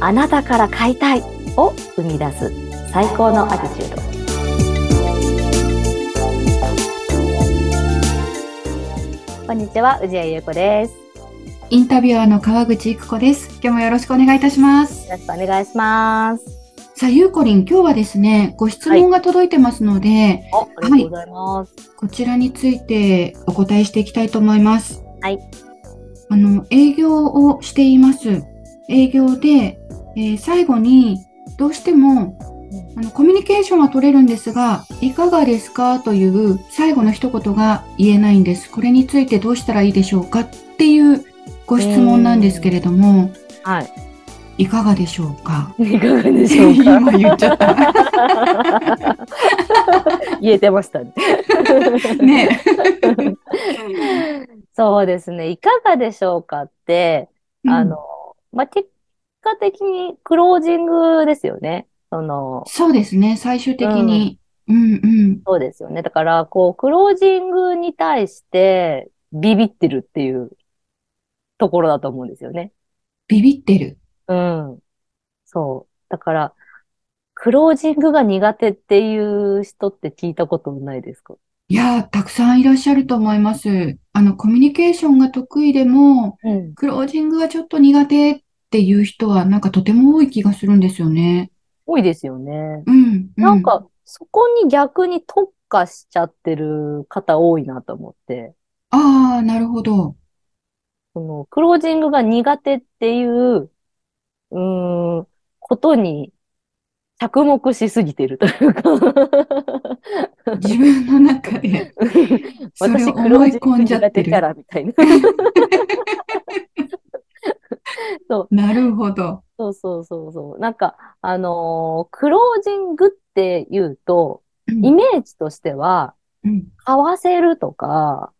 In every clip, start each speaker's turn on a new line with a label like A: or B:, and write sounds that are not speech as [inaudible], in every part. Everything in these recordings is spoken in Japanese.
A: あなたから買いたいを生み出す最高のアティチュード。こんにちは、宇治谷優子です。
B: インタビュアーの川口育子です。今日もよろしくお願いいたします。
A: よろしくお願いします。
B: さあ、ゆうこりん、今日はですね、ご質問が届いてますので、
A: お、ありがとうございます。
B: こちらについてお答えしていきたいと思います。
A: はい。
B: あの、営業をしています。営業で、えー最後に、どうしても、あの、コミュニケーションは取れるんですが、いかがですかという最後の一言が言えないんです。これについてどうしたらいいでしょうかっていうご質問なんですけれども、
A: はい。
B: いかがでしょうか
A: いかがで
B: [laughs] 今言っち
A: [laughs]
B: ゃった。
A: 言えてましたね。 [laughs]
B: ね。
A: そうですね。いかがでしょうかって、あの、、まあ、結果的にクロージングですよね。その、
B: そうですね、最終的に。うんうん。
A: そうですよね。だから、こう、クロージングに対してビビってるっていうところだと思うんですよね。
B: ビビってる。
A: うん。そう。だから、クロージングが苦手っていう人って聞いたことないですか
B: いやー、たくさんいらっしゃると思います。あの、コミュニケーションが得意でも、
A: うん。
B: クロージングがちょっと苦手っていう人は、なんかとても多い気がするんですよね。
A: 多いですよね。
B: うん、うん。
A: なん、か、そこに逆に特化しちゃってる方多いなと思って、
B: ああ、なるほど。
A: その、クロージングが苦手っていう、うーん、ことに着目しすぎてるというか
B: 自分の中で、 [laughs] それ
A: [laughs] 私
B: を
A: クロ
B: 思
A: ー
B: い
A: ジン
B: 込
A: グ
B: んじゃ
A: 苦
B: っ
A: 手
B: て
A: キャ
B: る。
A: ラみたいな。
B: なるほど。
A: そうそうそうそう。なんか、あのークロージングって言うと、
B: うん
A: イメージとしては、
B: うん。
A: 買わせるとか、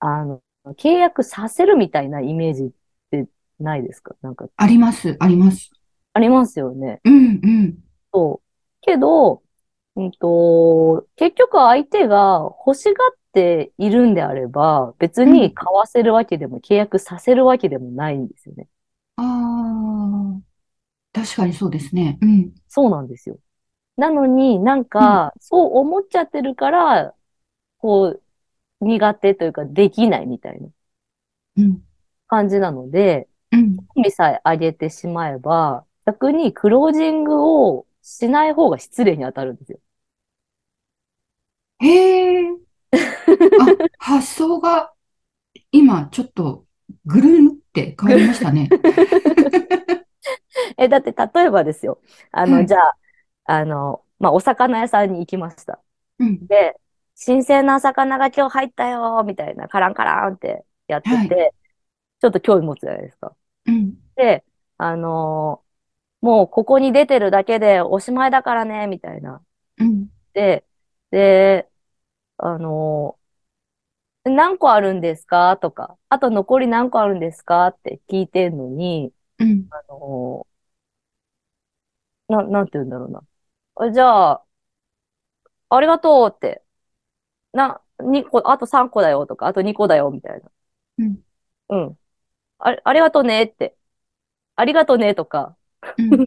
A: あの、契約させるみたいなイメージってないですかなんか、
B: あります、あります。
A: ありますよね。
B: うん、うん。
A: そう。けど、うんと、結局相手が欲しがっているんであれば、別に買わせるわけでも契約させるわけでもないんですよね。
B: ああ、確かにそうですね。うん。
A: そうなんですよ。なのになんか、そう思っちゃってるから、こう、苦手というかできないみたいな
B: うん。
A: 感じなので、
B: うん。
A: 興味さえ上げてしまえば、逆にクロージングをしない方が失礼に当たるんですよ。
B: へえ。あ、 [laughs] 発想が今ちょっとぐるんって変わりましたね。
A: え、だって例えばですよ。あ
B: は
A: の、
B: い
A: じゃあ、あの、まあ、お魚屋さんに行きました。
B: うん。
A: で、新鮮な魚が今日入ったよ、みたいな、カランカランってやって
B: はい
A: て、ちょっと興味持つじゃないですか。
B: うん。
A: で、あのーもうここに出てるだけでおしまいだからね、みたいな。
B: うん。
A: で、で、あのー何個あるんですかとか、あと残り何個あるんですかって聞いてんのに、
B: うん。
A: あのーな、なんて言うんだろうな。あじゃあ、ありがとうって、な、2個、あと3個だよとか、あと2個だよ、みたいな。
B: うん。
A: うん。あ、ありがとうねって。ありがとうねとか。
B: うん。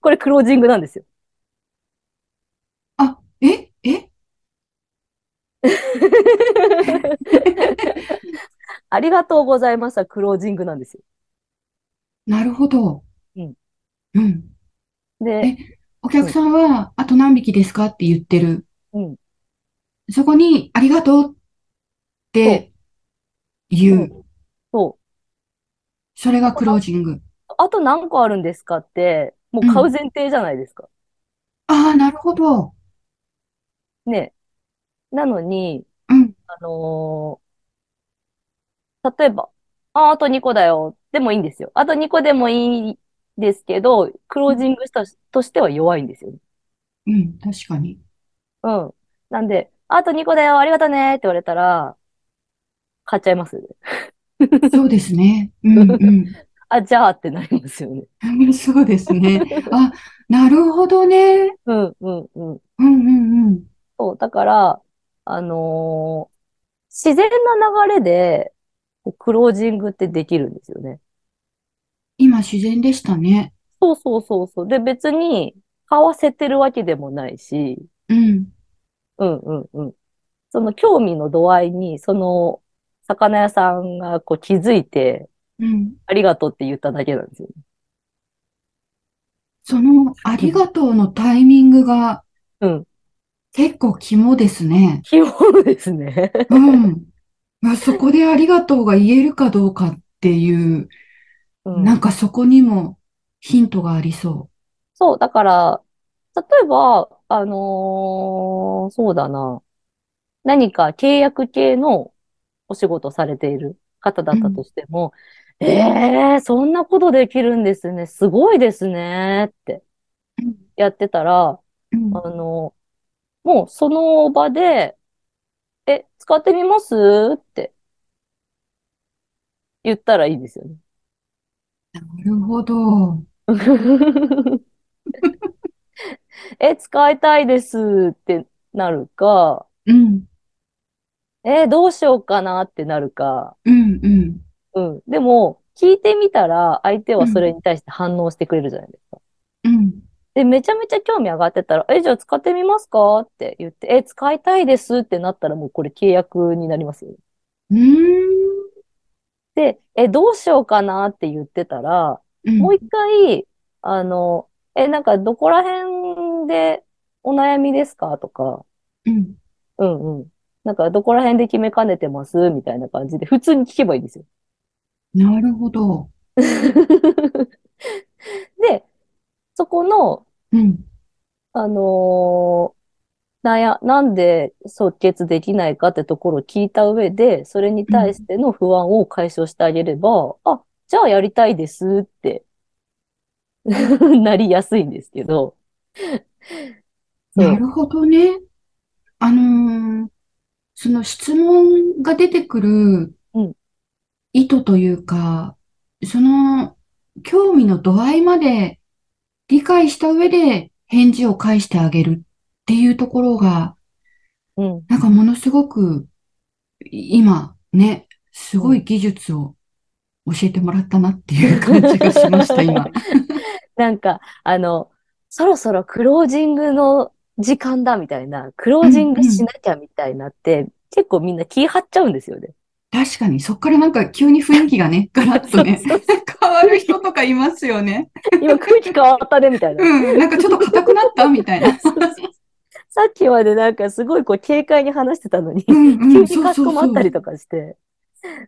A: これクロージングなん
B: [laughs]
A: ですよ。
B: あ、え、え、
A: ありがとうございますはクロージングなんですよ。
B: なるほど。
A: うん。
B: うん。
A: で、
B: お客さんは、あと何匹ですかって言ってる。
A: うん
B: そこに、ありがとうって言う。
A: そ
B: それがクロージング。
A: う。あと何個あるんですかって、もう買う前提じゃないですか。
B: ああ、なるほど。
A: ね。なのに、
B: うん。
A: あのー例えば、あ、あと2個だよ。でもいいんですよ。あと2個でもいいですけど、クロージングしたとしては弱いんですよね。
B: うん。確かに。
A: うん。なんで、あと2個だよ、ありがとねって言われたら、買っちゃいますよね。
B: そうですね。うんうん。
A: あ、じゃあってなりますよね。
B: [laughs] そうですね。あ、なるほどね。
A: うん、うん、うん。
B: うんうんうん。
A: そう、だから、あのー自然な流れで、こうクロージングってできるんですよね。
B: 今自然でしたね。
A: そうそうそうそう。で、別に買わせてるわけでもないし、
B: うん。
A: うんうんうん。その興味の度合いに、その、魚屋さんがこう気づいて、
B: うん。
A: ありがとうって言っただけなんですよ。 [laughs]
B: その、ありがとうのタイミングが
A: うん。
B: 結構肝ですね。
A: 基本ですね。
B: うん。まあ、そこでありがとうが言えるかどうかっていう、
A: うん
B: なんかそこにもヒントがありそ
A: そう、だから、例えば、あのーそうだな。何か契約系のお仕事されている方だったとしても、えー、そんなことできるんですね。すごいですね。って
B: う。うん
A: やってたら、
B: うん
A: あの、もうその場で、え、使ってみますって言ったらいいですよね。
B: なるほど。
A: え、使いたいですってなるか、
B: うん、
A: え、どうしようかなってなるか、
B: うん、うん。
A: うん。でも、聞いてみたら、相手はそれに対して反応してくれるじゃないですか。
B: うん、
A: で、めちゃめちゃ興味上がってたら、え、じゃあ使ってみますかって言って、え、使いたいですってなったら、もうこれ契約になりますよね。
B: うーん、
A: で、え、どうしようかなって言ってたら、
B: うん、
A: もう一回、あの、え、なんかどこら辺でお悩みですかとか、
B: うん。
A: うんうん。なんかどこら辺で決めかねてますみたいな感じで、普通に聞けばいいんですよ。 [laughs]
B: なるほど。
A: で、そこの、
B: うん、
A: あのーなや、なんで即決できないかってところを聞いた上で、それに対しての不安を解消してあげれば、あ、じゃあやりたいですって、 [laughs] なりやすいんですけど。そう
B: なるほどね。あのーその質問が出てくる
A: うん
B: 意図というか、その興味の度合いまで理解した上で返事を返してあげるっていうところが、
A: うん。
B: なんかものすごく、い今ね、すごい技術を教えてもらったなっていう感じがしました、今。
A: なんか、あの、そろそろクロージングの時間だみたいな、クロージングしなきゃみたいなって、結構みんな気張っちゃうんですよね。
B: 確かに、そっからなんか急に雰囲気が
A: [laughs]
B: ね、ガラッとね、変わる人とかいますよね。
A: 今空気変わったねみたいな。
B: うん、なんかちょっと硬くなったみたいな。
A: [laughs] さっきまでなんかすごいこう軽快に話してたのに、
B: うん
A: [laughs]
B: う
A: 急
B: ん、
A: に
B: そう
A: かし
B: そう
A: こま
B: そ
A: ったり
B: う。
A: とかして、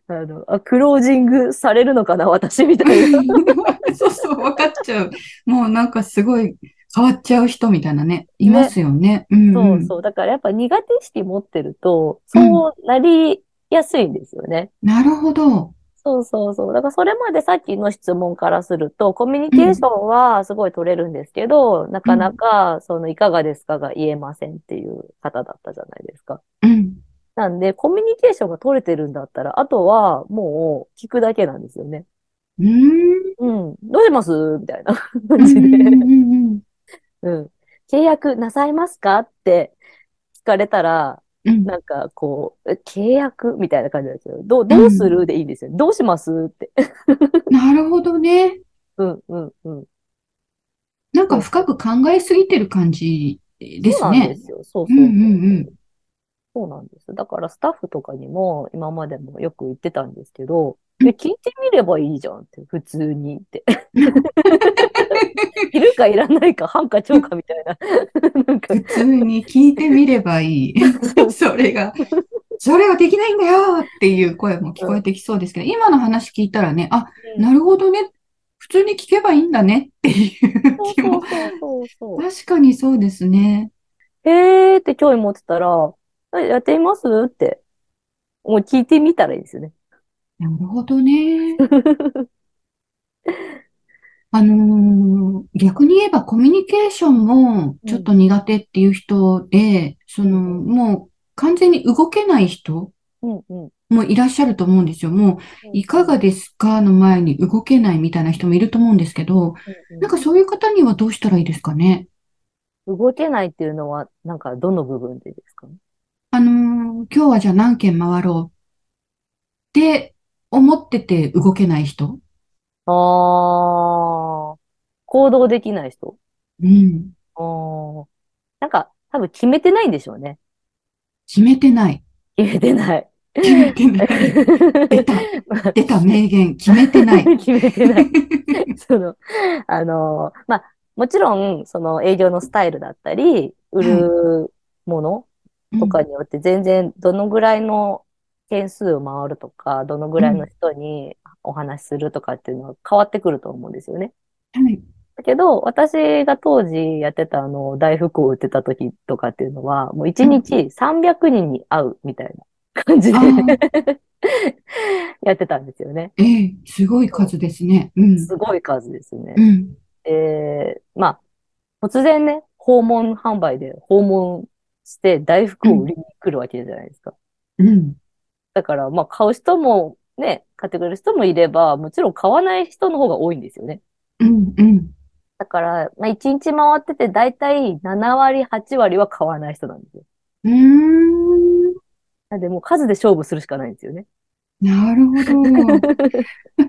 A: あの、あ、クロージングされるのかな、私みたいな。
B: そうそう、分かっちゃう。もうなんかすごい変わっちゃう人みたいなね、いますよね。うん。
A: そううんそう。だからやっぱ苦手意識持ってると、そうなりやすいんですよね。
B: なるほど。
A: そうそうそう。だからそれまでさっきの質問からすると、コミュニケーションはすごい取れるんですけど、なかなか、その、いかがですかが言えませんっていう方だったじゃないですか。
B: うん。
A: なんで、コミュニケーションが取れてるんだったら、あとはもう聞くだけなんですよね。
B: うーん。
A: うん。どうしますみたいな
B: うん
A: 感
B: う
A: じで。
B: んうん
A: [laughs] うん。契約なさいますかって聞かれたら、
B: うん。
A: なんかこう、え契約みたいな感じなんですよ。どう、どうするでいいんですよ。どうしますって。
B: なるほどね。
A: うん、うん、うん。
B: なんか深く考えすぎてる感じ
A: そ
B: で
A: う
B: す
A: なんで
B: ね。
A: すよ。そう
B: う
A: そ
B: ん
A: う
B: う
A: そう。
B: んうん。
A: そうなんです。だからスタッフとかにも今までもよく言ってたんですけど、
B: うん
A: え、聞いてみればいいじゃんって、普通にって。いるかいらないか、半か長かみたいな。なんか、
B: 普通に聞いてみればいい。 [laughs] それが、それができないんだよっていう声も聞こえてきそうですけど、今の話聞いたらね、あ、なるほどね。普通に聞けばいいんだねっていう
A: そう
B: 気も。
A: そうそうそう。
B: 確かにそうですね。
A: へーって興味持ってたら、えやってみますって、もう聞いてみたらいいですよ
B: [laughs]
A: ね。
B: なるほど [laughs] ね。あのー逆に言えばコミュニケーションもちょっと苦手っていう人で、その、もう完全に動けない人
A: うんうん。
B: もいらっしゃると思うんですよ。もう、いかがですかの前に動けないみたいな人もいると思うんですけど、
A: うんうん
B: なんかそういう方にはどうしたらいいですかね。
A: 動けないっていうのは、なんかどの部分でですか
B: あのー今日はじゃあ何軒回ろうって思ってて動けない人。
A: あー、行動できない人。
B: うん。
A: あーなんか、多分決めてないんでしょうね。
B: 決めてない。
A: 決めてない。
B: 決めて
A: [laughs]
B: ない。出た、出た名言。決めて
A: [laughs]
B: ない。
A: 決めてない。 [laughs] その、あのーまあ、もちろん、その営業のスタイルだったり、売るものとかによって全然どのぐらいの件数を回るとか、どのぐらいの人にお話しするとかっていうのは変わってくると思うんですよね。
B: はい。
A: だけど、私が当時やってたあの、大福を売ってた時とかっていうのは、もう1日300人に会うみたいな感じで
B: ああ、
A: [laughs] やってたんですよね。
B: ええ、すごい数ですね。うん。
A: すごい数ですね
B: う。ん。
A: えー、まあ、突然ね、訪問販売で訪問して大福を売りに来るわけじゃないですか。
B: うん。
A: だから、まあ、買う人もね、買ってくれる人もいれば、もちろん買わない人の方が多いんですよね。
B: うん。うん。
A: だから、まあ、1日回ってて、だいたい7割、8割は買わない人なんですよ。
B: うーん。
A: なんで、もう数で勝負するしかないんですよね。
B: なるほ
A: [laughs]
B: ど。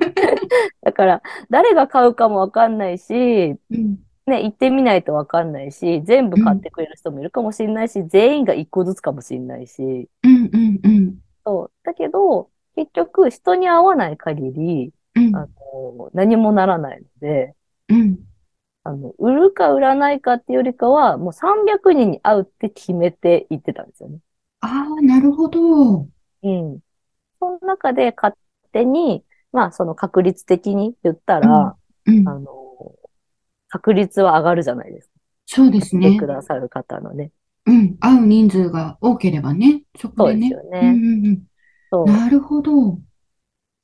A: だから、誰が買うかもわかんないし、
B: うん。
A: ね、行ってみないとわかんないし、全部買ってくれる人もいるかもしれないし、全員が1個ずつかもしれないし、
B: うん。うん。うん。
A: そう。だけど、結局、人に会わない限り、
B: うん。
A: あの、何もならないので、
B: うん。
A: あの、売るか売らないかっていうよりかは、もう300人に会うって決めていってたんですよね。
B: ああ、なるほど。
A: うん。その中で勝手に、まあ、その確率的に言ったら、
B: うん
A: あ。の、確率は上がるじゃないですか。
B: そうで
A: 来
B: す
A: て
B: ね
A: く。ださる方のね。
B: うん。会う人数が多ければね。そこ
A: そう
B: で
A: です
B: ね。
A: よ
B: うん
A: ね。
B: うんうん。
A: そう。
B: なるほど。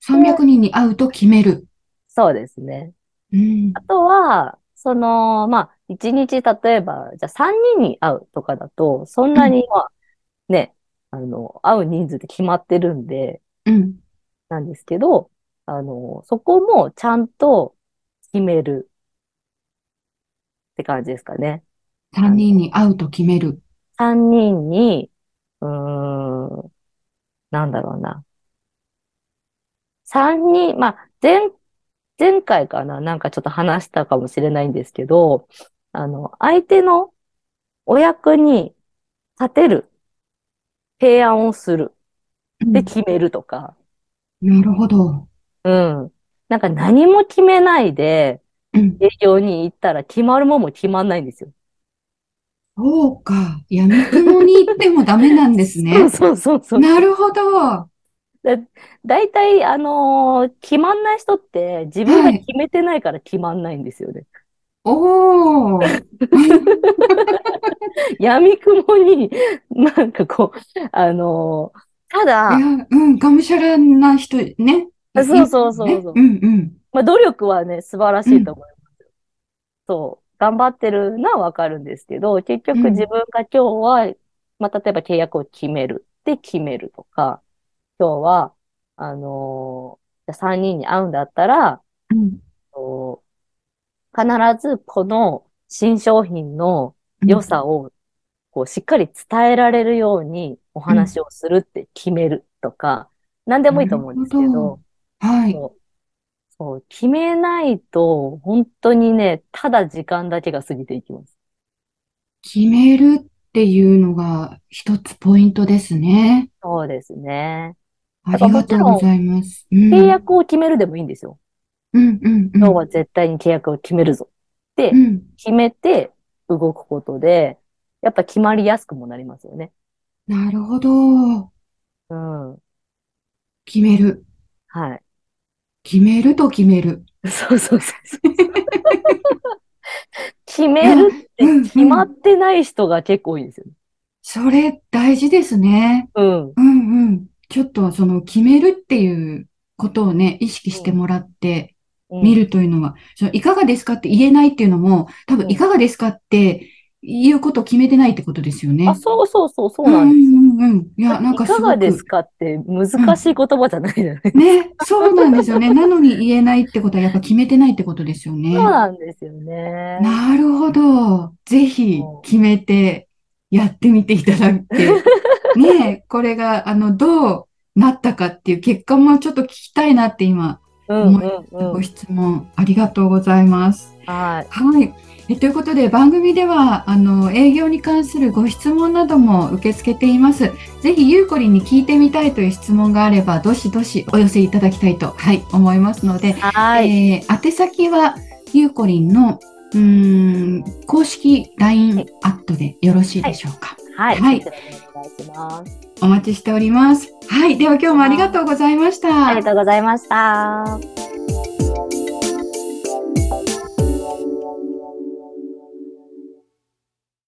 B: 300人に会うと決める。
A: そうですね。
B: うん。
A: あとは、その、まあ、一日、例えば、じゃあ3人に会うとかだと、そんなに、まあ、ね、あの、会う人数って決まってるんで、
B: うん。
A: なんですけど、あの、そこもちゃんと決めるって感じですかね。
B: 3人に会うと決める。
A: 3人に、うーん、なんだろうな。3人、まあ、前、前回かな、なんかちょっと話したかもしれないんですけど、あの、相手のお役に立てる提案をする。
B: うん
A: で、決めるとか。
B: なるほど。
A: うん。なんか何も決めないで
B: うん。
A: 営業に行ったら決まるもんも決まんないんですよ。
B: そうか。闇雲に行ってもダメなんですね。
A: [laughs] そうそうそう。
B: なるほど。
A: だ、大体、あのー決まんない人って、自分が決めてないから決まんないんですよね。 [laughs]
B: おー。
A: 闇雲に、 [laughs] なんかこう、あのーた
B: い
A: だ、
B: や、うん、がむしゃらな人ね。
A: あそうそうそうそう
B: ねうんうん。
A: まあ、努力はね、素晴らしいと思いますよ。そう。頑張ってるのはわかるんですけど、結
B: う
A: 局
B: ん
A: 自分が今日は、まあ、例えば契約を決める。で、決めるとか、今日は、あのー、3人に会うんだったら、
B: うん
A: と必ずこの新商品の良さをこうしっかり伝えられるようにお話をするって決めるとか、何でもいいと思うんですけ
B: なる
A: ど、
B: ほど。はい。
A: そうそう決めないと本当にね、ただ時間だけが過ぎていきます。
B: 決めるっていうのが一つポイントですね。
A: そうですね。
B: あ
A: だ
B: り
A: から
B: がとうございます。うん、
A: 契約を決めるでもいいんですよ。
B: うんうんうん。
A: 今日は絶対に契約を決めるぞって
B: うん。
A: 決めて動くことで、やっぱ決まりやすくもなりますよね。
B: なるほど。
A: うん。
B: 決める。
A: はい。
B: 決めると決める。
A: そうそうそうそう。決めるって決まってない人が結構多いですよね。
B: それ大事ですね。
A: うん。
B: うんうん。ちょっとその決めるっていうことをね、意識してもらって
A: うん
B: 見るというのは、そのいかがですかって言えないっていうのも、多分いかがですかっていうことを決めてないってことですよね。
A: あ、そうそうそう、そうなんで
B: うんうんうん。い
A: す。
B: や、なんか
A: いか
B: す
A: が
B: ご
A: で
B: く
A: すかって難しい言葉じゃないじゃない、
B: ね、そうなんですよね。 [laughs] なのに言えないってことは、やっぱ決めてないってことですよね。
A: そうなんですよね。
B: なるほど。ぜひ
A: うん
B: 決めてやってみていただい
A: [laughs]
B: て。ね、これが、あの、どうなったかっていう結果もちょっと聞きたいなって今、
A: うんうんう
B: ご
A: ん。
B: 質問ありがとうございます。
A: はい。
B: はい。えということで番組ではあの営業に関するご質問なども受け付けています。ぜひゆうこりんに聞いてみたいという質問があればどしどしお寄せいただきたいと、はい、思いますので、
A: はい。
B: えー宛先はゆうこりんのうーん公式 LINE アットでよろしいでしょうか。
A: はい。
B: はい
A: こちらもお願いします。
B: お待ちしております。はい。では今日もありがとうございました。
A: ありがとうございました。